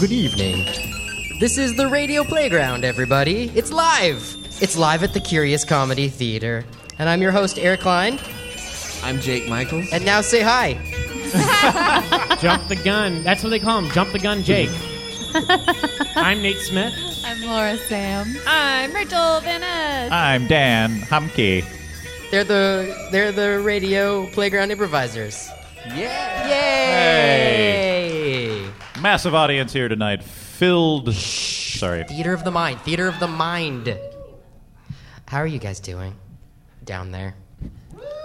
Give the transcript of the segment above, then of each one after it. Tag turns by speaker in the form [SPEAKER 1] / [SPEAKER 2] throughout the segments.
[SPEAKER 1] Good evening.
[SPEAKER 2] This is the Radio Playground, everybody. It's live. It's live at the Curious Comedy Theater. And I'm your host, Eric Klein.
[SPEAKER 3] I'm Jake Michaels.
[SPEAKER 2] And now say hi.
[SPEAKER 4] Jump the gun. That's what they call him. Jump the gun, Jake. I'm Nate Smith.
[SPEAKER 5] I'm Laura Sam.
[SPEAKER 6] I'm Rachel Venice.
[SPEAKER 7] I'm Dan Humke.
[SPEAKER 2] They're the they're the Radio Playground improvisers.
[SPEAKER 3] Yeah.
[SPEAKER 2] Yay!
[SPEAKER 7] Massive audience here tonight, filled. Sorry.
[SPEAKER 2] Theater of the Mind. Theater of the Mind. How are you guys doing down there?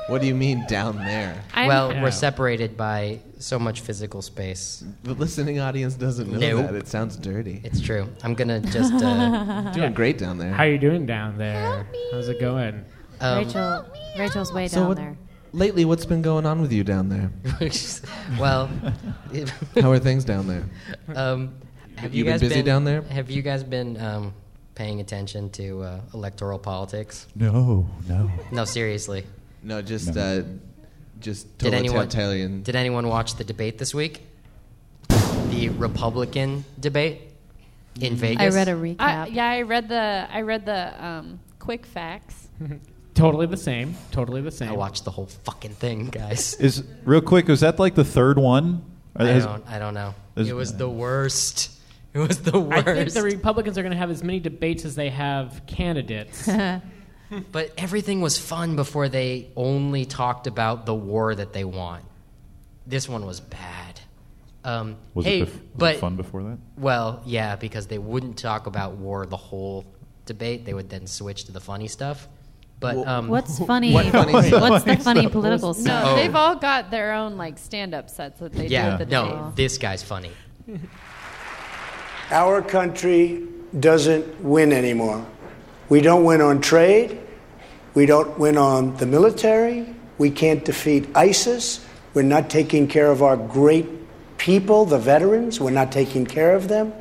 [SPEAKER 3] What do you mean down there?
[SPEAKER 6] I'm,
[SPEAKER 2] well,
[SPEAKER 4] Yeah.
[SPEAKER 2] we're separated by so much physical space.
[SPEAKER 3] The listening audience doesn't know
[SPEAKER 2] Nope.
[SPEAKER 3] that. It sounds dirty.
[SPEAKER 2] It's true. I'm gonna just. Uh,
[SPEAKER 3] Doing great down there.
[SPEAKER 4] How you doing down there? How's it going?
[SPEAKER 2] um,
[SPEAKER 6] Rachel. Rachel's way
[SPEAKER 3] So
[SPEAKER 6] down
[SPEAKER 3] what-
[SPEAKER 6] there.
[SPEAKER 3] Lately, what's been going on with you down there?
[SPEAKER 2] well,
[SPEAKER 3] How are things down there?
[SPEAKER 2] um, have
[SPEAKER 3] You
[SPEAKER 2] you
[SPEAKER 3] been
[SPEAKER 2] guys
[SPEAKER 3] busy down there?
[SPEAKER 2] Have you guys been um, paying attention to uh, electoral politics?
[SPEAKER 7] No, no.
[SPEAKER 2] No, seriously.
[SPEAKER 3] No, just uh, just
[SPEAKER 2] Did anyone
[SPEAKER 3] totalitarian.
[SPEAKER 2] Did anyone watch the debate this week? The Republican debate
[SPEAKER 3] Mm-hmm.
[SPEAKER 2] in
[SPEAKER 5] I
[SPEAKER 2] Vegas.
[SPEAKER 5] read a recap.
[SPEAKER 6] I, yeah, I read the I read the um, quick facts.
[SPEAKER 4] Totally the same. Totally the same.
[SPEAKER 2] I watched the whole fucking thing, guys.
[SPEAKER 7] Is real quick. Was that like the third one? Or
[SPEAKER 2] I
[SPEAKER 7] has-
[SPEAKER 2] don't. I don't know.
[SPEAKER 7] Is- uh,
[SPEAKER 2] It was the worst. It was the
[SPEAKER 4] I think
[SPEAKER 2] worst.
[SPEAKER 4] the Republicans are going to have as many debates as they have candidates.
[SPEAKER 2] but everything was fun before they only talked about the war that they want. This one was bad. Um,
[SPEAKER 7] was
[SPEAKER 2] hey,
[SPEAKER 7] it, bef- was it
[SPEAKER 2] but
[SPEAKER 7] fun before that?
[SPEAKER 2] Well, yeah, because they wouldn't talk about war the whole debate. They would then switch to the funny stuff. But
[SPEAKER 3] Well,
[SPEAKER 2] um,
[SPEAKER 5] What's funny?
[SPEAKER 3] What funny
[SPEAKER 5] what's
[SPEAKER 3] stuff?
[SPEAKER 5] the funny political
[SPEAKER 6] No,
[SPEAKER 5] stuff?
[SPEAKER 2] Oh.
[SPEAKER 6] they've all got their own like stand up sets that they
[SPEAKER 2] yeah,
[SPEAKER 6] do at the
[SPEAKER 2] no,
[SPEAKER 6] debate.
[SPEAKER 2] this guy's funny.
[SPEAKER 8] Our country doesn't win anymore. We don't win on trade. We don't win on the military. We can't defeat ISIS. We're not taking care of our great people, the veterans. We're not taking care of them.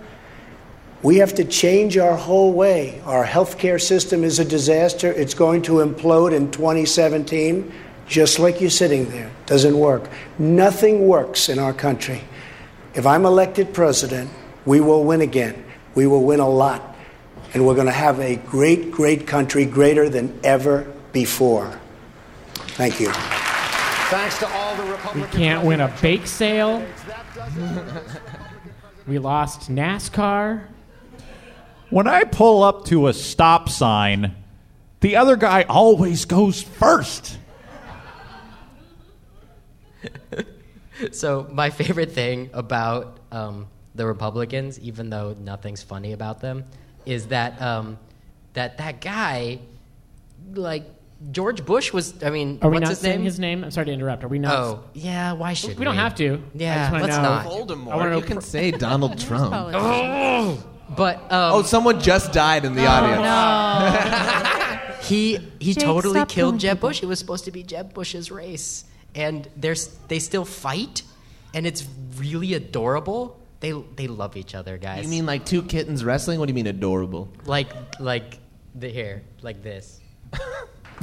[SPEAKER 8] We have to change our whole way. Our healthcare system is a disaster. It's going to implode in 2017, just like you're sitting there. Doesn't work. Nothing works in our country. If I'm elected president, we will win again. We will win a lot. And we're going to have a great, great country, greater than ever before. Thank you.
[SPEAKER 9] Thanks to all the
[SPEAKER 4] we
[SPEAKER 9] Republicans.
[SPEAKER 4] can't win a bake sale. We lost NASCAR.
[SPEAKER 7] When I pull up to a stop sign, the other guy always goes first.
[SPEAKER 2] So my favorite thing about um, the Republicans, even though nothing's funny about them, is that um, that that guy, like George Bush was. I mean,
[SPEAKER 4] Are we
[SPEAKER 2] what's
[SPEAKER 4] not
[SPEAKER 2] his
[SPEAKER 4] saying
[SPEAKER 2] name?
[SPEAKER 4] his name? I'm sorry to interrupt. Are we not?
[SPEAKER 2] oh, yeah. Why should we?
[SPEAKER 4] We don't have to. I
[SPEAKER 2] Yeah,
[SPEAKER 4] just wanna
[SPEAKER 2] let's
[SPEAKER 4] know. I
[SPEAKER 2] not.
[SPEAKER 4] wanna
[SPEAKER 3] Voldemort.
[SPEAKER 4] know
[SPEAKER 3] You can say Donald Trump.
[SPEAKER 2] But um,
[SPEAKER 3] Oh, someone just died in the audience.
[SPEAKER 2] he he
[SPEAKER 5] Jake,
[SPEAKER 2] totally
[SPEAKER 5] stop
[SPEAKER 2] killed
[SPEAKER 5] killing
[SPEAKER 2] Jeb
[SPEAKER 5] people.
[SPEAKER 2] Bush. It was supposed to be Jeb Bush's race, and there's they still fight, and it's really adorable. They they love each other, guys.
[SPEAKER 3] You mean like two kittens wrestling? What do you mean adorable?
[SPEAKER 2] like like the here like this?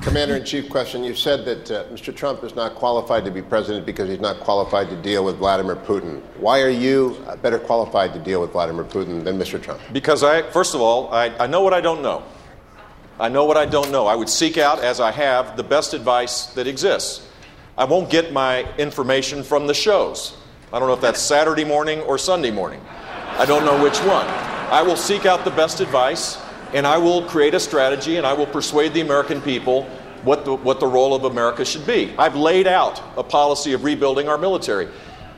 [SPEAKER 10] Commander in Chief, question. You said that uh, Mr. Trump is not qualified to be president because he's not qualified to deal with Vladimir Putin. Why are you uh, better qualified to deal with Vladimir Putin than Mr. Trump?
[SPEAKER 11] Because I, first of all, I, I know what I don't know. I know what I don't know. I would seek out, as I have, the best advice that exists. I won't get my information from the shows. I don't know if that's Saturday morning or Sunday morning. I don't know which one. I will seek out the best advice and I will create a strategy and I will persuade the American people what the, what the role of America should be. I've laid out a policy of rebuilding our military.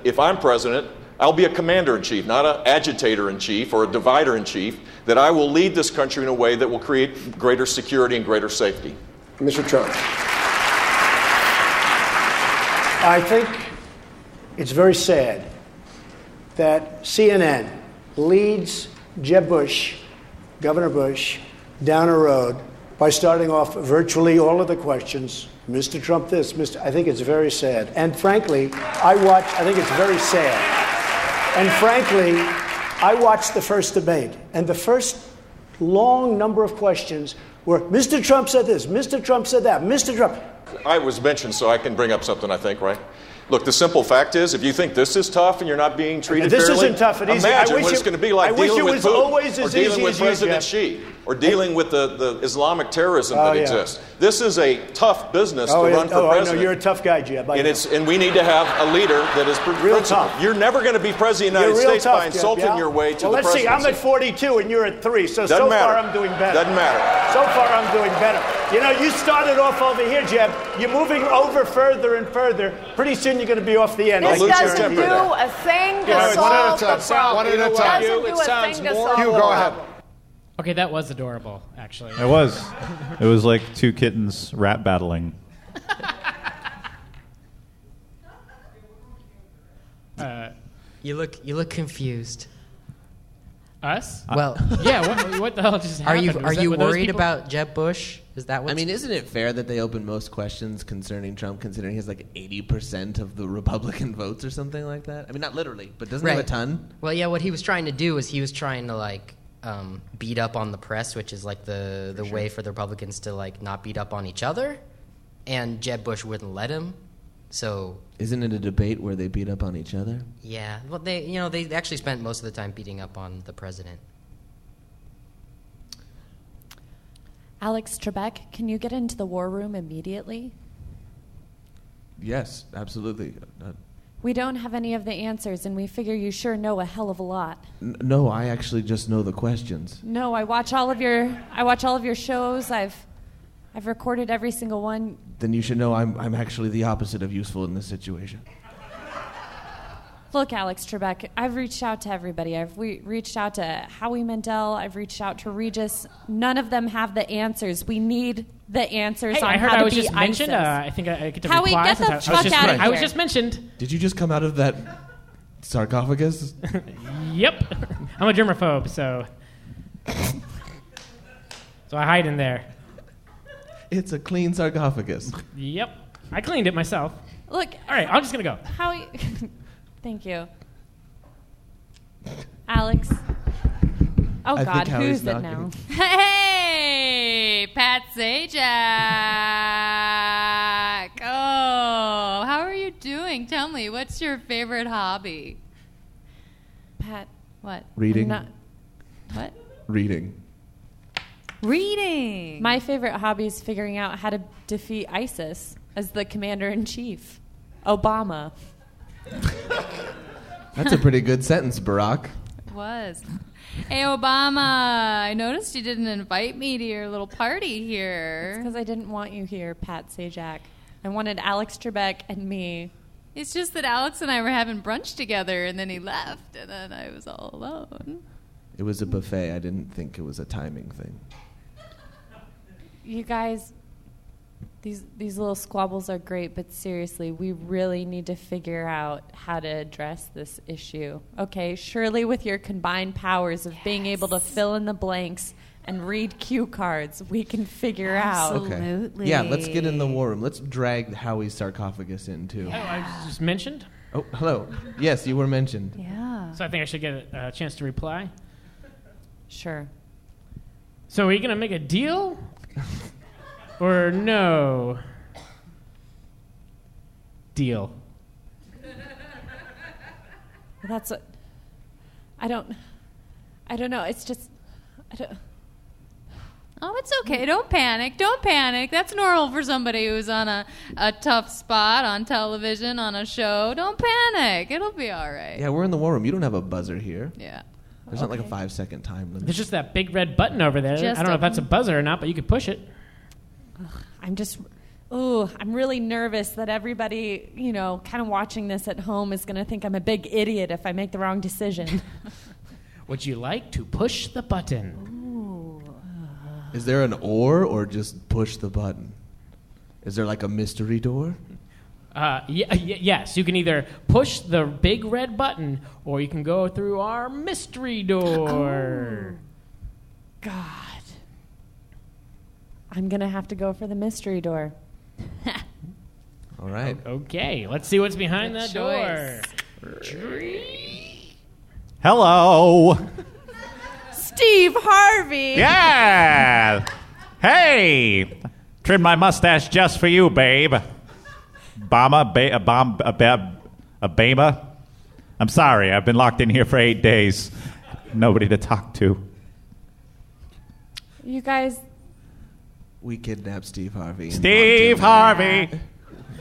[SPEAKER 11] If I'm president, I'll be a commander in chief, not an agitator in chief or a divider in chief, that I will lead this country in a way that will create greater security and greater safety.
[SPEAKER 10] Mr. Trump.
[SPEAKER 8] I think it's very sad that CNN leads Jeb Bush, Governor Bush, down a road by starting off virtually all of the questions, Mr. Trump this, Mr. I think it's very sad. And frankly, I watch, I think it's very sad. And frankly, I watched the first debate, and the first long number of questions were Mr. Trump said this, Mr. Trump said that, Mr. Trump.
[SPEAKER 11] I was mentioned, so I can bring up something, I think, right? Look, the simple fact is, if you think this is tough and you're not being treated
[SPEAKER 8] This
[SPEAKER 11] fairly,
[SPEAKER 8] isn't tough and easy. I
[SPEAKER 11] imagine
[SPEAKER 8] wish
[SPEAKER 11] what
[SPEAKER 8] it-
[SPEAKER 11] it's going to be like
[SPEAKER 8] I wish
[SPEAKER 11] dealing
[SPEAKER 8] it
[SPEAKER 11] with
[SPEAKER 8] was
[SPEAKER 11] Putin,
[SPEAKER 8] always
[SPEAKER 11] or
[SPEAKER 8] as
[SPEAKER 11] dealing
[SPEAKER 8] easy
[SPEAKER 11] with
[SPEAKER 8] as you,
[SPEAKER 11] President
[SPEAKER 8] Jeff.
[SPEAKER 11] Xi, or dealing with the, the Islamic terrorism
[SPEAKER 8] Oh,
[SPEAKER 11] that
[SPEAKER 8] yeah.
[SPEAKER 11] exists. This is a tough business
[SPEAKER 8] Oh,
[SPEAKER 11] to
[SPEAKER 8] yeah.
[SPEAKER 11] run for
[SPEAKER 8] oh I know.
[SPEAKER 11] president.
[SPEAKER 8] You're a tough guy, Jeb. I
[SPEAKER 11] and
[SPEAKER 8] know.
[SPEAKER 11] it's and we need to have a leader that is pr-
[SPEAKER 8] Real
[SPEAKER 11] principled.
[SPEAKER 8] tough.
[SPEAKER 11] You're never going to be president of the
[SPEAKER 8] You're
[SPEAKER 11] United
[SPEAKER 8] real
[SPEAKER 11] States
[SPEAKER 8] tough,
[SPEAKER 11] by
[SPEAKER 8] Jeff,
[SPEAKER 11] insulting
[SPEAKER 8] yeah?
[SPEAKER 11] your way to
[SPEAKER 8] well,
[SPEAKER 11] the
[SPEAKER 8] let's see.
[SPEAKER 11] presidency.
[SPEAKER 8] I'm at 42 and you're at three, so
[SPEAKER 11] Doesn't
[SPEAKER 8] so
[SPEAKER 11] matter.
[SPEAKER 8] far I'm doing better.
[SPEAKER 11] Doesn't matter.
[SPEAKER 8] So far I'm doing better. You know, you started off over here, Jeb. You're moving over further and further. Pretty soon you're going to be off the end. I
[SPEAKER 1] This
[SPEAKER 8] can
[SPEAKER 1] doesn't
[SPEAKER 8] guarantee
[SPEAKER 1] do
[SPEAKER 8] you that.
[SPEAKER 1] a thing
[SPEAKER 8] Yeah,
[SPEAKER 1] to
[SPEAKER 8] it's one at a
[SPEAKER 1] solve the
[SPEAKER 8] time.
[SPEAKER 1] problem.
[SPEAKER 8] One at a time.
[SPEAKER 1] Doesn't do a thing to solve the problem.
[SPEAKER 4] Okay, that was adorable, actually.
[SPEAKER 7] It was. It was like two kittens rap battling.
[SPEAKER 4] Uh,
[SPEAKER 2] You look you look confused.
[SPEAKER 4] us?
[SPEAKER 2] Uh, Well,
[SPEAKER 4] yeah. What, what the hell just
[SPEAKER 2] Are
[SPEAKER 4] happened?
[SPEAKER 2] you
[SPEAKER 4] Was
[SPEAKER 2] are
[SPEAKER 4] that-
[SPEAKER 2] you
[SPEAKER 4] were those
[SPEAKER 2] worried
[SPEAKER 4] people-
[SPEAKER 2] about Jeb Bush? Is that what
[SPEAKER 3] I mean, isn't it fair that they open most questions concerning Trump, considering he has like 80% of the Republican votes or something like that? I mean, not literally, but doesn't he have a
[SPEAKER 2] Right.
[SPEAKER 3] ton?
[SPEAKER 2] Well, yeah. What he was trying to do is he was trying to like um, beat up on the press, which is like the the way for the Republicans to like not beat up on each other. And Jeb Bush wouldn't let him. So
[SPEAKER 3] Isn't it a debate where they beat up on each other?
[SPEAKER 2] yeah, well they you know they actually spent most of the time beating up on the president.
[SPEAKER 6] Alex Trebek, can you get into the war room immediately?
[SPEAKER 3] Yes, absolutely. Uh,
[SPEAKER 6] We don't have any of the answers, and we figure you sure know a hell of a lot.
[SPEAKER 3] n- no, I actually just know the questions.
[SPEAKER 6] No, I watch all of your I watch all of your shows. I've I've recorded every single one.
[SPEAKER 3] Then you should know I'm, I'm actually the opposite of useful in this situation.
[SPEAKER 6] Look, Alex Trebek, I've reached out to everybody. I've re- reached out to Howie Mandel. I've reached out to Regis. None of them have the answers. We need the answers
[SPEAKER 4] Hey,
[SPEAKER 6] on
[SPEAKER 4] I heard
[SPEAKER 6] how
[SPEAKER 4] I
[SPEAKER 6] to
[SPEAKER 4] was
[SPEAKER 6] beat
[SPEAKER 4] just
[SPEAKER 6] ISIS.
[SPEAKER 4] mentioned. Uh, I think I, I get to
[SPEAKER 6] Howie,
[SPEAKER 4] reply
[SPEAKER 6] get the
[SPEAKER 4] since I, I was
[SPEAKER 6] fuck
[SPEAKER 4] just,
[SPEAKER 6] outta
[SPEAKER 4] I was
[SPEAKER 6] here.
[SPEAKER 4] just mentioned.
[SPEAKER 3] Did you just come out of that sarcophagus?
[SPEAKER 4] Yep, I'm a germaphobe, so so I hide in there.
[SPEAKER 3] It's a clean sarcophagus.
[SPEAKER 4] Yep, I cleaned it myself.
[SPEAKER 6] Look,
[SPEAKER 4] All right, I'm just gonna go.
[SPEAKER 6] Howie, thank you, Alex.
[SPEAKER 4] I
[SPEAKER 6] Oh
[SPEAKER 4] think
[SPEAKER 6] God,
[SPEAKER 4] Howie's
[SPEAKER 6] who's it now?
[SPEAKER 4] knocking.
[SPEAKER 1] Hey, Pat Sajak. Oh, how are you doing? Tell me, what's your favorite hobby?
[SPEAKER 6] Pat,
[SPEAKER 1] what?
[SPEAKER 3] Reading.
[SPEAKER 6] Not- what?
[SPEAKER 3] Reading.
[SPEAKER 1] Reading.
[SPEAKER 6] My favorite hobby is figuring out how to defeat ISIS as the commander in chief, Obama.
[SPEAKER 3] That's a pretty good sentence, Barack.
[SPEAKER 1] Was. Hey, Obama. I noticed you didn't invite me to your little party here.
[SPEAKER 6] Because I didn't want you here, Pat Sajak. I wanted Alex Trebek and me.
[SPEAKER 1] It's just that Alex and I were having brunch together, and then he left, and then I was all alone.
[SPEAKER 3] It was a buffet. I didn't think it was a timing thing.
[SPEAKER 6] You guys, these these little squabbles are great, but seriously, we really need to figure out how to address this issue. Okay, surely with your combined powers of being able to fill in the blanks and read cue cards, we can figure out.
[SPEAKER 1] Absolutely.
[SPEAKER 3] Yeah, let's get in the war room. Let's drag Howie's sarcophagus in too.
[SPEAKER 4] Oh, I was just mentioned,
[SPEAKER 3] Oh, hello. Yes, you were mentioned.
[SPEAKER 1] Yeah.
[SPEAKER 4] so I think I should get a, a chance to reply.
[SPEAKER 6] Sure.
[SPEAKER 4] So are you gonna make a deal, or no? Deal.
[SPEAKER 6] That's what I don't. I don't know. It's just I don't.
[SPEAKER 1] Oh, it's okay. Don't panic. Don't panic. That's normal for somebody who's on a, a tough spot on television, on a show. Don't panic. It'll be all right.
[SPEAKER 3] Yeah, we're in the war room. You don't have a buzzer here.
[SPEAKER 1] Yeah.
[SPEAKER 3] There's not like a five second time limit.
[SPEAKER 4] There's just that big red button over there.
[SPEAKER 6] Just
[SPEAKER 4] I don't know
[SPEAKER 6] a-
[SPEAKER 4] if that's a buzzer or not, but you could push it.
[SPEAKER 6] I'm just, ooh, I'm really nervous that everybody, you know, kind of watching this at home is going to think I'm a big idiot if I make the wrong decision.
[SPEAKER 4] Would you like to push the button?
[SPEAKER 3] Is there an or or just push the button? Is there like a mystery door?
[SPEAKER 4] Uh, y- y- yes, you can either push the big red button or you can go through our mystery door.
[SPEAKER 6] God. I'm going to have to go for the mystery door.
[SPEAKER 3] Oh. All right.
[SPEAKER 4] Okay, let's see what's behind
[SPEAKER 1] Good
[SPEAKER 4] that door.
[SPEAKER 7] Hello.
[SPEAKER 6] Steve Harvey.
[SPEAKER 7] Yeah. Hey. Trim my mustache just for you, babe. Bama, ba- Abam, Abab, Abama. I'm sorry, I've been locked in here for eight days. Nobody to talk to.
[SPEAKER 6] You guys,
[SPEAKER 3] We kidnapped Steve Harvey. and
[SPEAKER 7] Steve
[SPEAKER 3] locked him
[SPEAKER 7] Harvey.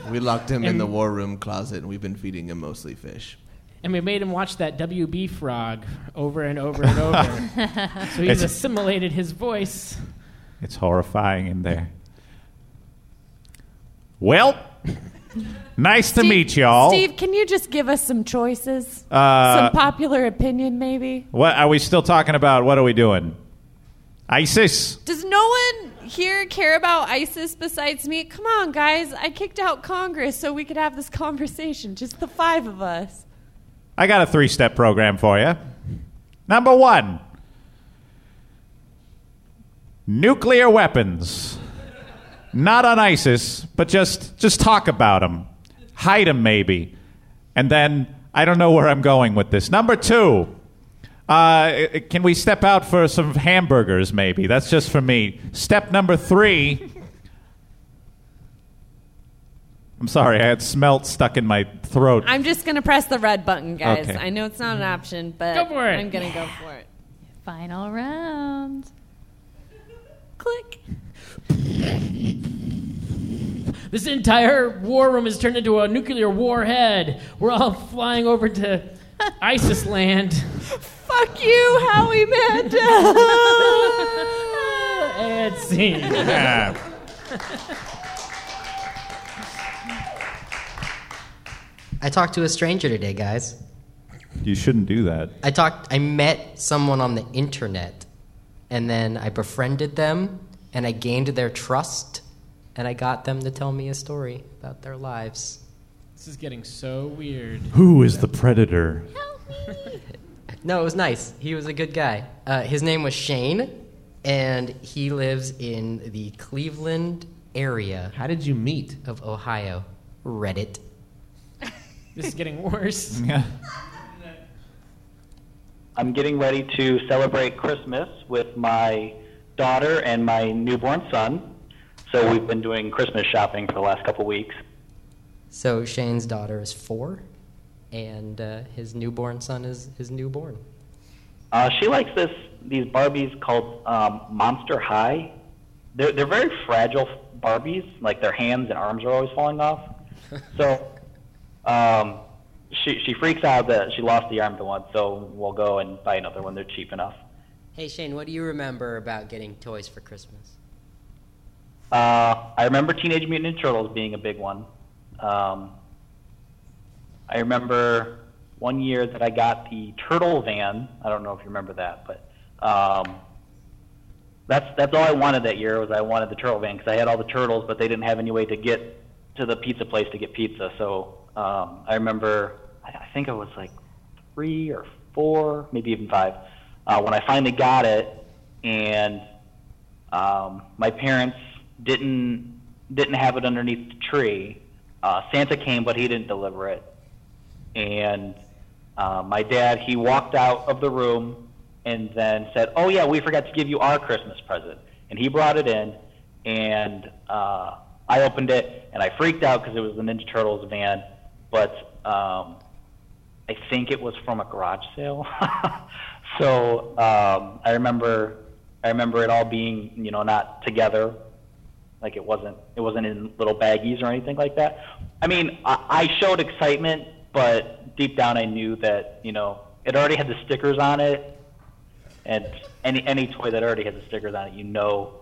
[SPEAKER 3] in- We locked him in
[SPEAKER 4] And-
[SPEAKER 3] the war room closet, and we've been feeding him mostly fish.
[SPEAKER 4] And we made him watch that WB frog over and over and over. so he's
[SPEAKER 7] It's-
[SPEAKER 4] assimilated his voice.
[SPEAKER 7] It's horrifying in there. Well, nice to meet y'all.
[SPEAKER 6] Steve, can you just give us some choices?
[SPEAKER 7] Oh. Uh,
[SPEAKER 6] some popular opinion, maybe?
[SPEAKER 7] What are we still talking about? What are we doing? ISIS.
[SPEAKER 6] Does no one here care about ISIS besides me? Come on, guys. I kicked out Congress so we could have this conversation, just the five of us.
[SPEAKER 7] I got a three step program for you. Number one nuclear weapons. Not on ISIS, but just, just talk about them. Hide them, maybe. And then I don't know where I'm going with this. Number two, uh, i- i- can we step out for some hamburgers, maybe? That's just for me. Step number three. I'm sorry, I had smelt stuck in my throat.
[SPEAKER 6] I'm just going to press the red button, guys.
[SPEAKER 7] Okay.
[SPEAKER 6] I know it's not an option, but
[SPEAKER 1] Go for it.
[SPEAKER 6] I'm going to go for it.
[SPEAKER 1] Final round.
[SPEAKER 6] Click.
[SPEAKER 4] This entire war room is turned into a nuclear warhead. We're all flying over to ISIS land.
[SPEAKER 6] Fuck you, Howie Mandel.
[SPEAKER 4] and scene.
[SPEAKER 7] Yeah.
[SPEAKER 2] I talked to a stranger today, guys.
[SPEAKER 7] You shouldn't do that.
[SPEAKER 2] I talked. I met someone on the internet, and then I befriended them, and I gained their trust, and I got them to tell me a story about their lives.
[SPEAKER 4] This is getting so weird.
[SPEAKER 7] Who is the predator?
[SPEAKER 2] No, it was nice. He was a good guy. Uh, his name was Shane, and he lives in the Cleveland area. How did you meet? Of Ohio, Reddit.
[SPEAKER 4] This is getting worse.
[SPEAKER 12] I'm getting ready to celebrate Christmas with my daughter and my newborn son. So we've been doing Christmas shopping for the last couple weeks.
[SPEAKER 2] So Shane's daughter is four, and uh, his newborn son is is newborn.
[SPEAKER 12] Uh, she likes this these Barbies called um, Monster High. They're they're very fragile Barbies. Like their hands and arms are always falling off. So um, she she freaks out that she lost the arm to one. So we'll go and buy another one. They're cheap enough.
[SPEAKER 2] Hey Shane, what do you remember about getting toys for Christmas?
[SPEAKER 12] Uh, I remember Teenage Mutant Ninja Turtles being a big one. Um, I remember one year that I got the turtle van. I don't know if you remember that, but um, that's that's all I wanted that year was I wanted the turtle van because I had all the turtles, but they didn't have any way to get to the pizza place to get pizza. So um, I remember I I think I was like three or four, maybe even five, uh, when I finally got it, and um, my parents didn't didn't have it underneath the tree. Uh, Santa came, but he didn't deliver it. And uh, my dad he walked out of the room and then said, "Oh yeah, we forgot to give you our Christmas present." And he brought it in, and uh, I opened it and I freaked out because it was the Ninja Turtles van, but um, I think it was from a garage sale. so um, I remember I remember it all being, you know, not together. Like it wasn't, it wasn't in little baggies or anything like that. I mean, I, I showed excitement, but deep down I knew that, you know, it already had the stickers on it, and any any toy that already has the stickers on it, you know,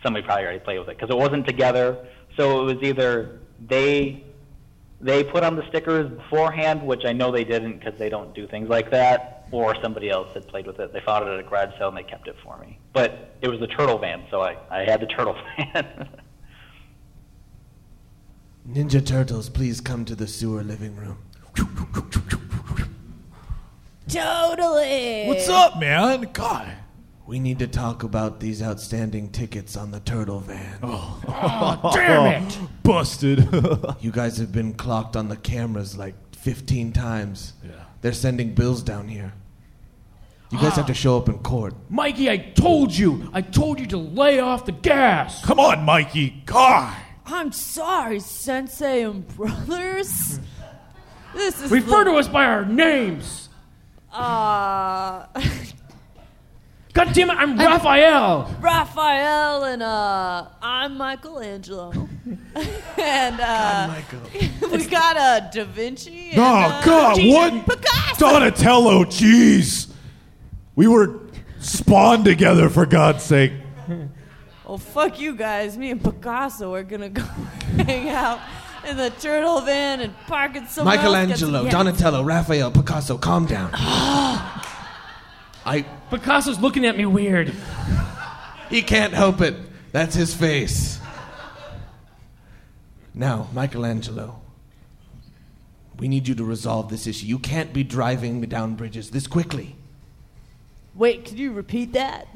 [SPEAKER 12] somebody probably already played with it because it wasn't together. So it was either they they put on the stickers beforehand, which I know they didn't because they don't do things like that, or somebody else had played with it. They found it at a garage sale and they kept it for me. But it was the turtle van, so I, I had the turtle van.
[SPEAKER 3] Ninja Turtles, please come to the sewer living room.
[SPEAKER 6] Totally.
[SPEAKER 7] man? God.
[SPEAKER 3] We need to talk about these outstanding tickets on the turtle van. Oh,
[SPEAKER 7] damn it. Busted.
[SPEAKER 3] you guys have been clocked on the cameras like 15 times. Yeah. They're sending bills down here. You guys have to show up in court.
[SPEAKER 4] Mikey, I told you. I told you to lay off the gas.
[SPEAKER 7] Come on, Mikey. God.
[SPEAKER 13] I'm sorry, Sensei and brothers. This is
[SPEAKER 4] Refer
[SPEAKER 13] the-
[SPEAKER 4] to us by our names.
[SPEAKER 13] Uh,
[SPEAKER 4] God damn it, I'm Raphael.
[SPEAKER 13] Raphael and uh, I'm Michelangelo. and uh, we got uh, Da Vinci. And,
[SPEAKER 14] Oh
[SPEAKER 13] uh,
[SPEAKER 14] God!
[SPEAKER 13] Jesus.
[SPEAKER 14] What? Donatello, jeez. We were spawned together for God's sake.
[SPEAKER 13] Oh fuck you guys! Me and Picasso are gonna go hang out in the turtle van and park it somewhere. else, get
[SPEAKER 3] Michelangelo,
[SPEAKER 13] some- Yeah.
[SPEAKER 3] Donatello, Raphael, Picasso, calm down. I.
[SPEAKER 4] Picasso's looking at me weird.
[SPEAKER 3] He can't help it. That's his face. Now, Michelangelo, we need you to resolve this issue. You can't be driving down bridges this quickly.
[SPEAKER 13] Wait, could you repeat that?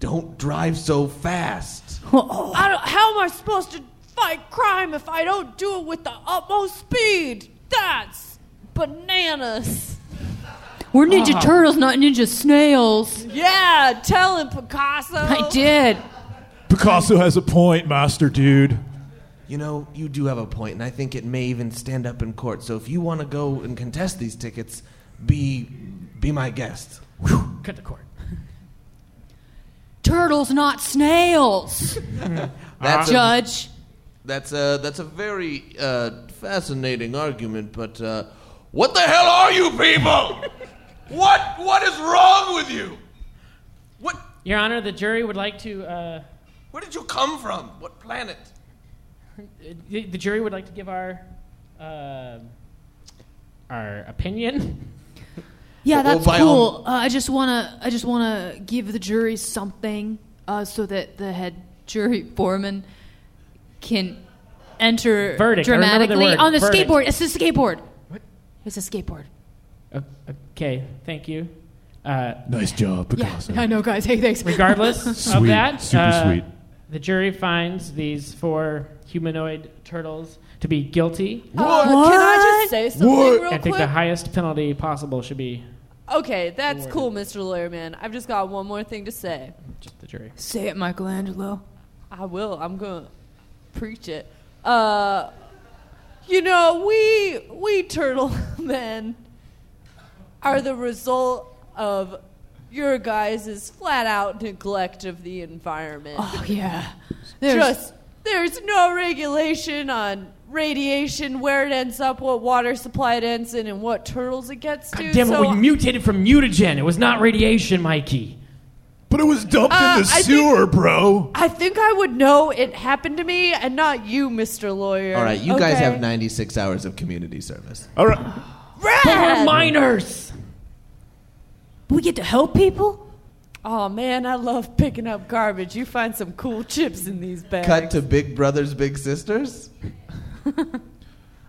[SPEAKER 3] Don't drive so fast.
[SPEAKER 13] I don't, how am I supposed to fight crime if I don't do it with the utmost speed? That's bananas.
[SPEAKER 1] We're Ninja
[SPEAKER 4] Oh.
[SPEAKER 13] Ah.
[SPEAKER 1] Turtles, not Ninja Snails.
[SPEAKER 13] Yeah, tell him, Picasso.
[SPEAKER 1] I did.
[SPEAKER 14] Picasso has a point, master dude.
[SPEAKER 3] You know, you do have a point, and I think it may even stand up in court. So if you want to go and contest these tickets, be be my guest.
[SPEAKER 4] Cut the court.
[SPEAKER 1] Turtles, not snails.
[SPEAKER 3] That's a-
[SPEAKER 1] Judge.
[SPEAKER 3] That's a that's a very uh, fascinating argument, but uh, what the hell are you people? what what is wrong with you?
[SPEAKER 4] Your Honor, the jury would like to. Uh,
[SPEAKER 3] Where did you come from? What planet?
[SPEAKER 4] the, the jury would like to give our uh, our opinion.
[SPEAKER 1] Yeah,
[SPEAKER 4] Well,
[SPEAKER 1] that's
[SPEAKER 4] by all-
[SPEAKER 1] cool. Uh, I just wanna, I just wanna give the jury something, uh, so that the head jury foreman can enter
[SPEAKER 4] Verdict. I remember the
[SPEAKER 1] dramatically
[SPEAKER 4] word,
[SPEAKER 1] on the
[SPEAKER 4] verdict.
[SPEAKER 1] skateboard. It's a skateboard. What? It's a skateboard.
[SPEAKER 4] O- Okay, thank you. Uh,
[SPEAKER 14] Nice job, Picasso.
[SPEAKER 1] I know, guys. Hey, thanks.
[SPEAKER 4] Regardless of
[SPEAKER 14] Sweet.
[SPEAKER 4] that,
[SPEAKER 14] Super
[SPEAKER 4] uh,
[SPEAKER 14] sweet.
[SPEAKER 4] the jury finds these four humanoid turtles to be guilty.
[SPEAKER 13] Uh, Can I just say something real
[SPEAKER 4] I
[SPEAKER 13] quick?
[SPEAKER 4] think the highest penalty possible should be
[SPEAKER 13] okay, that's cool, Mr. Lairman. I've just got one more thing to say.
[SPEAKER 4] the jury.
[SPEAKER 1] Say it, Michelangelo.
[SPEAKER 13] I will. I'm gonna preach it. Uh, you know, we we turtle men are the result of your guys' flat out neglect of the environment.
[SPEAKER 1] Oh yeah.
[SPEAKER 13] Just there's no regulation on radiation, where it ends up, what water supply it ends in, and what turtles it gets to.
[SPEAKER 4] Damn
[SPEAKER 13] so
[SPEAKER 4] it, we mutated from mutagen. It was not radiation, Mikey.
[SPEAKER 14] But it was dumped
[SPEAKER 13] Uh,
[SPEAKER 14] in the
[SPEAKER 13] I think-
[SPEAKER 14] sewer, bro.
[SPEAKER 13] I think I would know it happened to me and not you, Mr. Lawyer.
[SPEAKER 3] All right, you guys
[SPEAKER 13] Okay?
[SPEAKER 3] have 96 hours of community service.
[SPEAKER 14] All right.
[SPEAKER 4] But we're minors.
[SPEAKER 1] We get to help people?
[SPEAKER 13] Oh man, I love picking up garbage. You find some cool chips in these bags.
[SPEAKER 3] Cut to Big Brothers Big Sisters. Uh,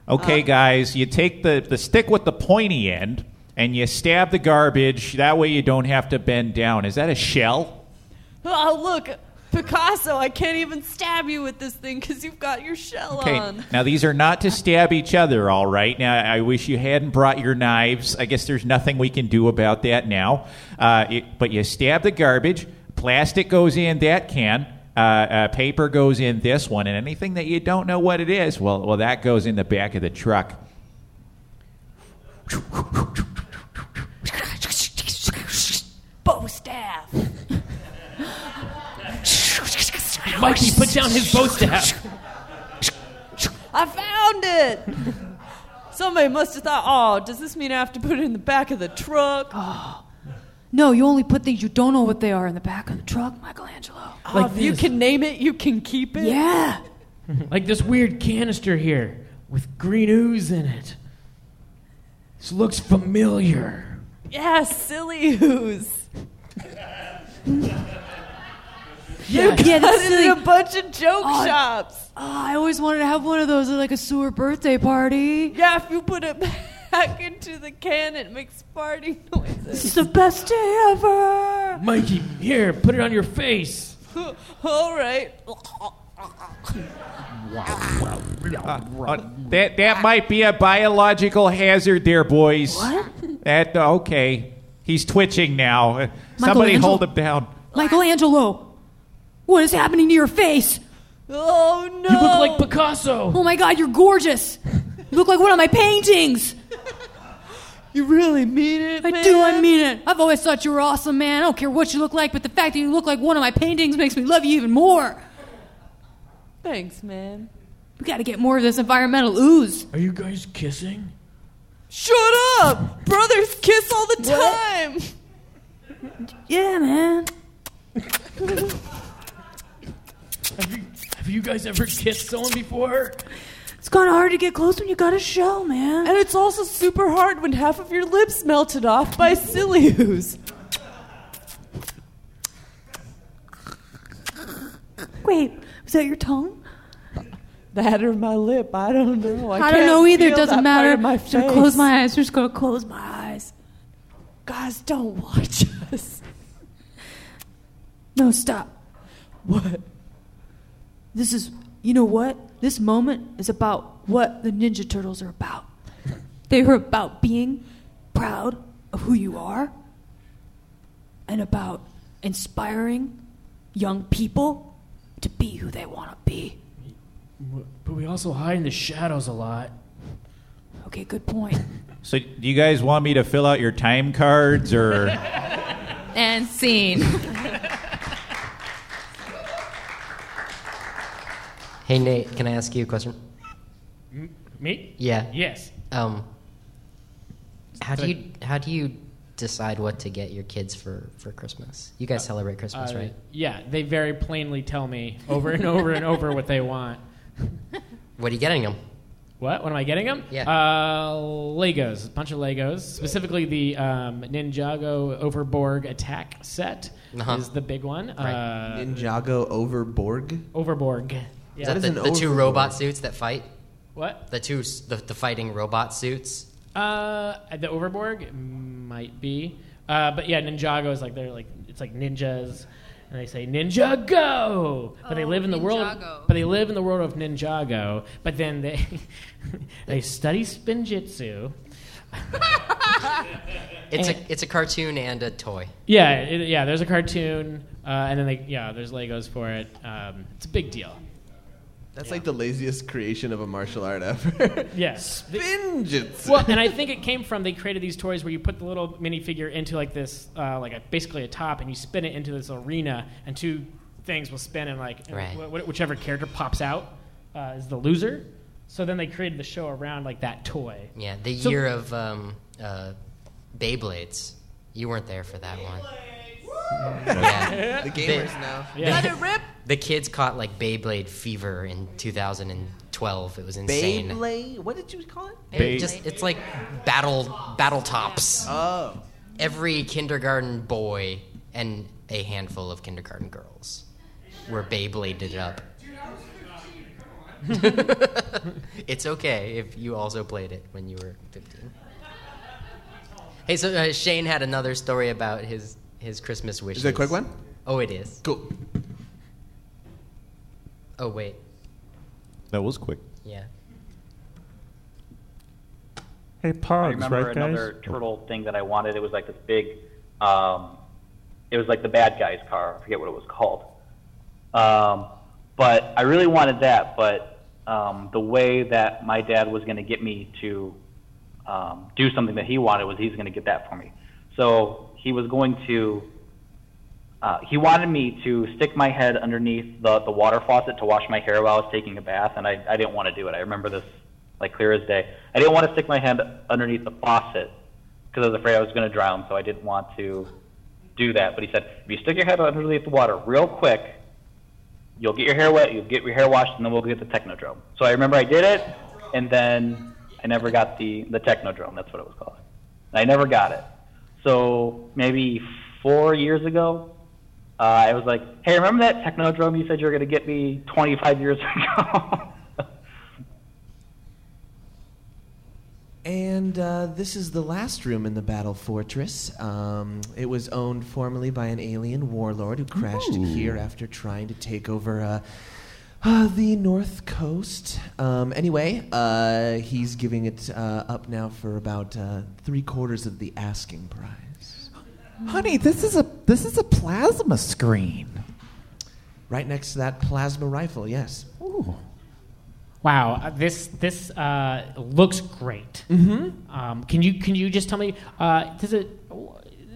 [SPEAKER 7] Okay, guys, you take the, the stick with the pointy end and you stab the garbage. That way you don't have to bend down. Is that a shell?
[SPEAKER 13] Oh look, Picasso, I can't even stab you with this thing because you've got your shell
[SPEAKER 7] Okay.
[SPEAKER 3] um,
[SPEAKER 13] on.
[SPEAKER 7] Now, these are not to stab each other, all right? Now, I wish you hadn't brought your knives. I guess there's nothing we can do about that now. Uh, it- but you stab the garbage, plastic goes in that can. Uh, uh, paper goes in this one, and anything that you don't know what it is, well, well, that goes in the back of the truck.
[SPEAKER 13] Bo staff.
[SPEAKER 4] Mikey put down his bow staff.
[SPEAKER 13] I found it. Somebody must have thought, oh, does this mean I have to put it in the back of the truck? Oh,
[SPEAKER 1] No, you only put things you don't know what they are in the back of the truck, Michelangelo.
[SPEAKER 13] if you can name it, you can keep it.
[SPEAKER 1] Yeah.
[SPEAKER 4] like this weird canister here with green ooze in it. This looks familiar.
[SPEAKER 13] Yeah, silly who's.
[SPEAKER 1] Yeah,
[SPEAKER 13] yeah, this is a bunch of joke
[SPEAKER 1] Oh,
[SPEAKER 13] shops.
[SPEAKER 1] Oh, I always wanted to have one of those at like a sewer birthday party.
[SPEAKER 13] Yeah, if you put it back into the can, it makes farting noises.
[SPEAKER 1] This is the best day ever.
[SPEAKER 4] Mikey, here, put it on your face.
[SPEAKER 13] All right.
[SPEAKER 7] Uh, that that might be a biological hazard, there, boys.
[SPEAKER 1] What?
[SPEAKER 7] That uh, okay? He's twitching now. Uh, Somebody
[SPEAKER 1] Michelangelo-
[SPEAKER 7] hold him down.
[SPEAKER 1] Michelangelo, what is happening to your face?
[SPEAKER 13] Oh no!
[SPEAKER 4] You look like Picasso.
[SPEAKER 13] Oh my god, you're gorgeous. You look like one of my paintings. You really mean it?
[SPEAKER 1] I do, I mean it. I've always thought you were awesome, man. I don't care what you look like, but the fact that you look like one of my paintings makes me love you even more.
[SPEAKER 13] Thanks, man.
[SPEAKER 1] We gotta get more of this environmental ooze.
[SPEAKER 4] Are you guys kissing?
[SPEAKER 13] Shut up! Brothers kiss all the time.
[SPEAKER 1] Yeah, man.
[SPEAKER 4] Have you, have you guys ever kissed someone before?
[SPEAKER 1] It's kind of hard to get close when you got a show, man.
[SPEAKER 13] And it's also super hard when half of your lips melted off by silly ooze.
[SPEAKER 1] Wait, was that your tongue?
[SPEAKER 13] That or my lip, I don't know. I,
[SPEAKER 1] I
[SPEAKER 13] can't
[SPEAKER 1] don't know either. It
[SPEAKER 13] feel
[SPEAKER 1] doesn't
[SPEAKER 13] that
[SPEAKER 1] matter.
[SPEAKER 13] part of My
[SPEAKER 1] Should I
[SPEAKER 13] face.
[SPEAKER 1] close my eyes? I'm just gonna close my eyes.
[SPEAKER 13] Guys, don't watch us.
[SPEAKER 1] No, stop.
[SPEAKER 13] What?
[SPEAKER 1] This is, you know what? This moment is about what the Ninja Turtles are about. They are about being proud of who you are and about inspiring young people to be who they want to be.
[SPEAKER 4] But we also hide in the shadows a lot.
[SPEAKER 1] Okay, good point.
[SPEAKER 7] So, do you guys want me to fill out your time cards or?
[SPEAKER 5] And scene.
[SPEAKER 2] Hey Nate, can I ask you a question?
[SPEAKER 4] Me?
[SPEAKER 2] Yeah.
[SPEAKER 4] Yes.
[SPEAKER 2] Um, how do
[SPEAKER 4] But-
[SPEAKER 2] you how do you decide what to get your kids for for Christmas? You guys celebrate Christmas,
[SPEAKER 4] Uh,
[SPEAKER 2] right?
[SPEAKER 4] Yeah, they very plainly tell me over and over and over what they want.
[SPEAKER 2] What are you getting them?
[SPEAKER 4] What? What am I getting them?
[SPEAKER 2] Yeah.
[SPEAKER 4] Uh, Legos, a bunch of Legos, specifically the um, Ninjago Overborg attack set
[SPEAKER 3] Uh-huh.
[SPEAKER 4] is the big one. Uh,
[SPEAKER 3] Ninjago over Borg?
[SPEAKER 4] Overborg. Yeah.
[SPEAKER 2] Is that the, the two robot suits that fight?
[SPEAKER 4] What?
[SPEAKER 2] The two s- the, the fighting robot suits.
[SPEAKER 4] Uh, the Overborg might be, uh, but yeah, Ninjago is like they're like it's like ninjas, and they say Ninja go, but they
[SPEAKER 1] Oh,
[SPEAKER 4] live in the world,
[SPEAKER 1] Ninjago.
[SPEAKER 4] but they live in the world of Ninjago. But then they they study spinjitzu.
[SPEAKER 2] It's
[SPEAKER 4] Eh.
[SPEAKER 2] a it's a cartoon and a toy.
[SPEAKER 4] Yeah, it, yeah. There's a cartoon, uh, and then they yeah, there's Legos for it. Um, it's a big deal.
[SPEAKER 3] That's like the laziest creation of a martial art ever.
[SPEAKER 4] Yes.
[SPEAKER 3] Spinjitzu.
[SPEAKER 4] Well, and I think it came from they created these toys where you put the little minifigure into like this, uh, like a, basically a top, and you spin it into this arena, and two things will spin, and like and
[SPEAKER 2] Right.
[SPEAKER 4] wh- wh- whichever character pops out uh, is the loser. So then they created the show around like that toy.
[SPEAKER 2] Yeah, the
[SPEAKER 4] So-
[SPEAKER 2] year of um, uh, Beyblades. You weren't there for that one. Yeah.
[SPEAKER 3] The
[SPEAKER 2] They-
[SPEAKER 3] gamers know.
[SPEAKER 4] Yeah.
[SPEAKER 13] Let it rip.
[SPEAKER 2] The kids caught like Beyblade fever in 2012. It was insane.
[SPEAKER 3] Beyblade? What did you call it?
[SPEAKER 2] It just it's like battle battle tops.
[SPEAKER 3] Oh.
[SPEAKER 2] Every kindergarten boy and a handful of kindergarten girls were Beybladed up. it's okay if you also played it when you were 15. Hey, so uh, Shane had another story about his his Christmas wishes.
[SPEAKER 3] Is it a quick one?
[SPEAKER 2] Oh, it is.
[SPEAKER 3] Cool.
[SPEAKER 2] Oh wait,
[SPEAKER 7] That was quick.
[SPEAKER 2] yeah.
[SPEAKER 15] Hey,
[SPEAKER 12] I
[SPEAKER 15] Pogs,
[SPEAKER 12] remember
[SPEAKER 15] right,
[SPEAKER 12] another
[SPEAKER 15] guys?
[SPEAKER 12] turtle thing that I wanted. It was like this big, um, it was like the bad guy's car. I forget what it was called. Um, but I really wanted that. But um, the way that my dad was going to get me to um, do something that he wanted was he's going to get that for me. So he was going to. Uh, he wanted me to stick my head underneath the, the water faucet to wash my hair while I was taking a bath, and I, I didn't want to do it. I remember this like clear as day. I didn't want to stick my hand underneath the faucet because I was afraid I was going to drown, so I didn't want to do that. But he said, if you stick your head underneath the water real quick, you'll get your hair wet, you'll get your hair washed, and then we'll get the technodrome. So I remember I did it, and then I never got the, the technodrome. That's what it was called. And I never got it. So maybe four years ago, uh, I was like, hey, remember that technodrome you said you were going to get me 25 years ago?
[SPEAKER 3] And uh, this is the last room in the Battle Fortress. Um, it was owned formerly by an alien warlord who crashed
[SPEAKER 16] Ooh.
[SPEAKER 3] it here after trying to take over uh, uh, the North Coast. Um, anyway, uh, he's giving it uh, up now for about uh, three quarters of the asking price.
[SPEAKER 15] Honey, this is a this is a plasma screen.
[SPEAKER 3] right next to that plasma rifle. Yes.
[SPEAKER 4] Wow, uh, this this uh, looks great. Mm-hmm. Um, can you can you just tell me? Uh, does it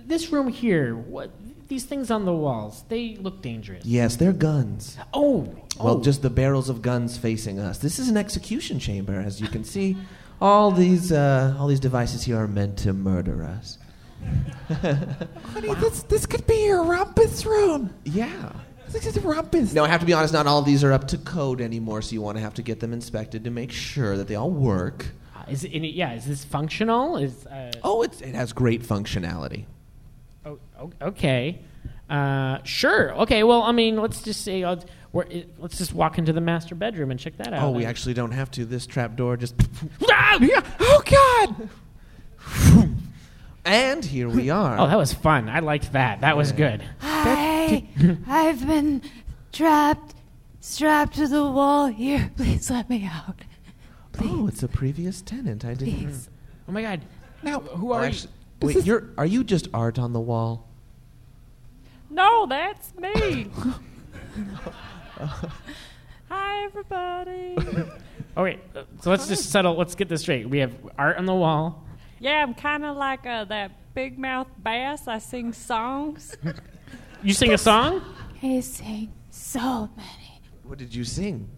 [SPEAKER 4] this room here? What these things on the walls? They look dangerous.
[SPEAKER 3] Yes, they're guns.
[SPEAKER 4] Oh,
[SPEAKER 3] Well,
[SPEAKER 4] oh.
[SPEAKER 3] just the barrels of guns facing us. This is an execution chamber, as you can see. All these, uh, all these devices here are meant to murder us.
[SPEAKER 7] Honey, this, this could be your rumpus room.
[SPEAKER 3] Yeah.
[SPEAKER 7] This is rumpus.
[SPEAKER 3] Now, I have to be honest, not all of these are up to code anymore, so you want to have to get them inspected to make sure that they all work.
[SPEAKER 4] Uh, Is it, any- yeah? Is this functional? Is uh,
[SPEAKER 3] Oh, it's, it has great functionality.
[SPEAKER 4] oh, o- okay? Uh, sure. Okay. Well, I mean, let's just say uh, we're, it, let's just walk into the master bedroom and check that out.
[SPEAKER 3] Oh, we actually don't have to. This trapdoor just.
[SPEAKER 4] Ah, yeah.
[SPEAKER 7] Oh, God.
[SPEAKER 3] and here we are.
[SPEAKER 4] Oh, that was fun. I liked that. That was good.
[SPEAKER 1] Hi, I've been trapped, strapped to the wall here. Please let me out.
[SPEAKER 3] Oh, it's a previous tenant. I didn't.
[SPEAKER 1] Please.
[SPEAKER 4] Oh my God.
[SPEAKER 1] Now,
[SPEAKER 4] who
[SPEAKER 3] Oh, actually- wait, you're are you just art on the wall?
[SPEAKER 5] No, that's me. Hi, everybody.
[SPEAKER 4] All right. uh, So let's just settle. Let's get this straight. We have art on the wall.
[SPEAKER 5] Yeah, I'm kind of like uh, that big mouth bass. I sing songs.
[SPEAKER 4] You sing a song?
[SPEAKER 1] He sang so many.
[SPEAKER 3] What did you sing?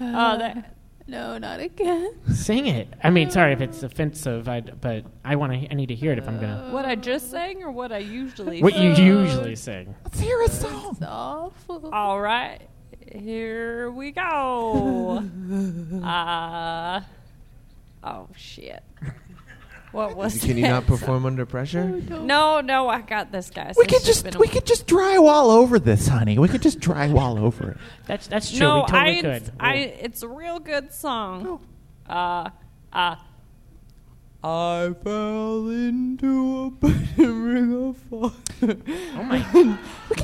[SPEAKER 5] Oh, that-
[SPEAKER 1] No, not again.
[SPEAKER 4] Sing it. I mean, sorry if it's offensive, I, but I want to. I need to hear it if I'm gonna.
[SPEAKER 5] what I just sang or what I usually
[SPEAKER 4] What you
[SPEAKER 5] sing?
[SPEAKER 4] usually sing.
[SPEAKER 7] Let's hear a song.
[SPEAKER 1] awful.
[SPEAKER 5] All right, here we go. uh, oh, shit. What was
[SPEAKER 3] Can you
[SPEAKER 5] that
[SPEAKER 3] not perform under pressure?
[SPEAKER 5] song? No, no, I got this, guys.
[SPEAKER 7] We
[SPEAKER 5] This
[SPEAKER 7] could
[SPEAKER 5] has
[SPEAKER 7] just
[SPEAKER 5] been a-
[SPEAKER 7] we could just drywall over this, honey. We could just drywall over it.
[SPEAKER 4] That's that's true.
[SPEAKER 5] No,
[SPEAKER 4] we totally
[SPEAKER 5] I,
[SPEAKER 4] could. Oh.
[SPEAKER 5] I, it's a real good song. Uh, uh,
[SPEAKER 15] I fell into a burning ring of fire. Oh
[SPEAKER 4] my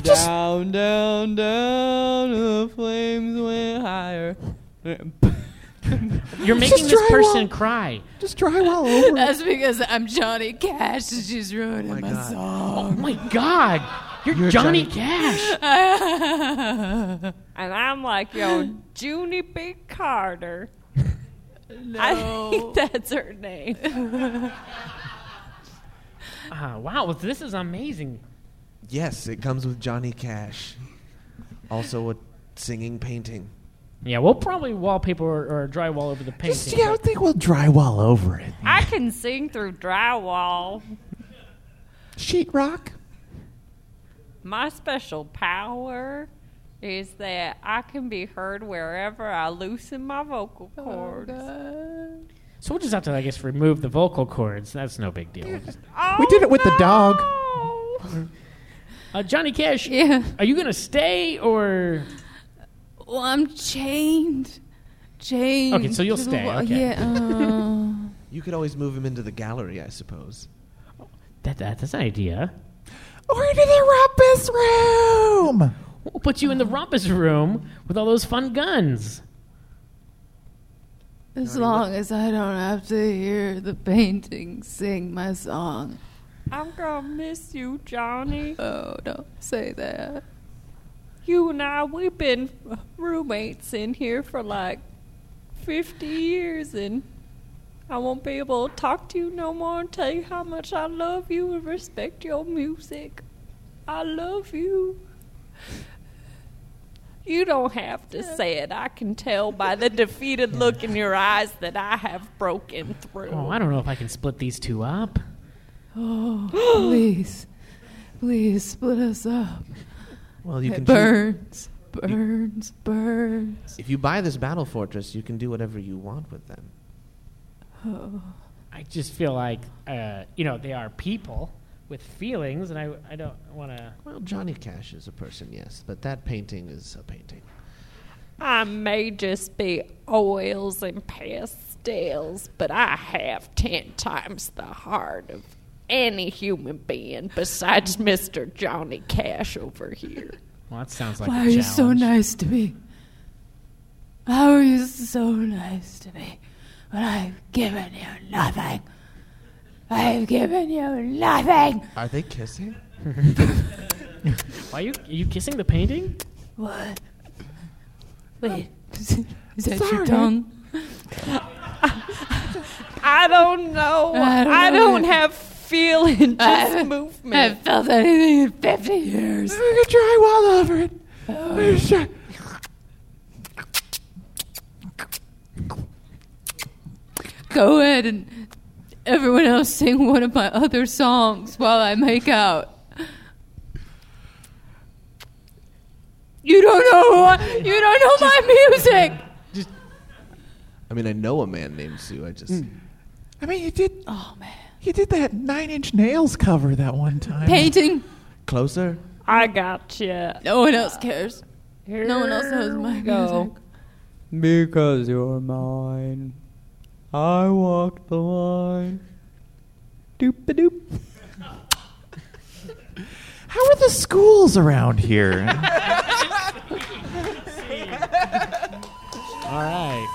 [SPEAKER 15] down, down, down, the flames went higher.
[SPEAKER 4] You're making this person cry.
[SPEAKER 7] Just drywall over it.
[SPEAKER 17] That's because I'm Johnny Cash and she's ruining my,
[SPEAKER 4] Oh
[SPEAKER 17] song.
[SPEAKER 4] my God! You're, Johnny, Cash.
[SPEAKER 5] and I'm like, yo, Junie B. Carter. I think that's her name.
[SPEAKER 4] Ah, wow, this is amazing.
[SPEAKER 3] Yes, it comes with Johnny Cash. Also a singing painting.
[SPEAKER 4] Yeah, we'll probably wallpaper or, or drywall over the painting.
[SPEAKER 7] Just, yeah, I think we'll drywall over it.
[SPEAKER 5] I can sing through drywall.
[SPEAKER 7] Sheetrock.
[SPEAKER 5] My special power is that I can be heard wherever I loosen my vocal cords.
[SPEAKER 4] So we'll just have to, I guess, remove the vocal cords. That's no big deal. We'll just-
[SPEAKER 1] oh,
[SPEAKER 7] we did it with the dog.
[SPEAKER 4] Uh, Johnny Cash, yeah. are you gonna stay or?
[SPEAKER 1] Well, I'm chained. Chained.
[SPEAKER 4] Okay, so you'll
[SPEAKER 1] to the
[SPEAKER 4] stay,
[SPEAKER 1] wall.
[SPEAKER 4] okay.
[SPEAKER 1] Yeah. uh,
[SPEAKER 3] You could always move him into the gallery, I suppose.
[SPEAKER 4] That, that that's an idea.
[SPEAKER 7] Or to the rumpus room.
[SPEAKER 4] We'll put you in the rumpus room with all those fun guns.
[SPEAKER 1] as long as I don't have to hear the painting sing my song.
[SPEAKER 5] I'm gonna miss you, Johnny.
[SPEAKER 1] Oh, don't say that.
[SPEAKER 5] You and I, we've been roommates in here for like 50 years, and I won't be able to talk to you no more and tell you how much I love you and respect your music. I love you. You don't have to say it. I can tell by the defeated look in your eyes that I have broken through.
[SPEAKER 4] Oh, I don't know if I can split these two up.
[SPEAKER 1] Oh, please. Please split us up.
[SPEAKER 3] Well, you
[SPEAKER 1] it
[SPEAKER 3] can choo-
[SPEAKER 1] burns, burns, burns.
[SPEAKER 3] If you buy this battle fortress, you can do whatever you want with them.
[SPEAKER 1] Oh.
[SPEAKER 4] I just feel like, uh, you know, they are people with feelings, and I, I don't want to.
[SPEAKER 3] Well, Johnny Cash is a person, yes, but that painting is a painting.
[SPEAKER 5] I may just be oils and pastels, but I have ten times the heart of any human being besides Mr. Johnny Cash over here.
[SPEAKER 4] Well, that sounds like
[SPEAKER 1] Why
[SPEAKER 4] a
[SPEAKER 1] are you so
[SPEAKER 4] challenge.
[SPEAKER 1] nice to me? How are you so nice to me when I've given you nothing? I've given you nothing.
[SPEAKER 3] Are they kissing?
[SPEAKER 4] Why are you, are you kissing the painting?
[SPEAKER 1] What? Wait, is that your
[SPEAKER 5] Sorry.
[SPEAKER 1] tongue?
[SPEAKER 5] I don't know.
[SPEAKER 1] Oh, I
[SPEAKER 5] I
[SPEAKER 1] don't
[SPEAKER 5] don't,
[SPEAKER 1] know.
[SPEAKER 5] have feeling,
[SPEAKER 1] I
[SPEAKER 5] just
[SPEAKER 1] haven't-
[SPEAKER 5] movement.
[SPEAKER 1] I haven't felt anything in 50 years. Oh.
[SPEAKER 5] We could try well over it.
[SPEAKER 1] Go ahead and everyone else sing one of my other songs while I make out. You don't know what, you don't know my music.
[SPEAKER 3] I mean, I know a man named Sue. I just.
[SPEAKER 7] I mean, you did. Oh man, you did that Nine Inch Nails cover that one time.
[SPEAKER 1] Painting.
[SPEAKER 3] Closer?
[SPEAKER 5] I got you.
[SPEAKER 1] No one else cares. No one else knows my music.
[SPEAKER 15] Because you're mine, I walked the line. Doop a doop.
[SPEAKER 7] How are the schools around here?
[SPEAKER 4] All right.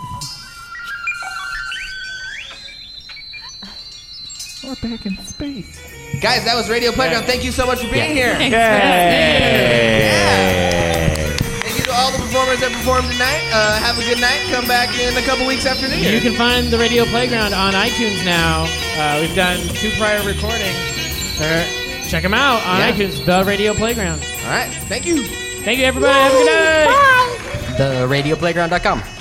[SPEAKER 7] We're back in space.
[SPEAKER 3] Guys, that was Radio Playground. Thank you so much for being here. Thank you to all the performers that performed tonight. Uh, have a good night. Come back in a couple weeks after New Year.
[SPEAKER 4] You can find the Radio Playground on iTunes now. Uh, we've done two prior recordings. Uh, check them out on
[SPEAKER 3] Yeah.
[SPEAKER 4] iTunes, The Radio Playground.
[SPEAKER 3] All right. Thank you.
[SPEAKER 4] Thank you, everybody. Have a good night.
[SPEAKER 2] The radioplayground.com.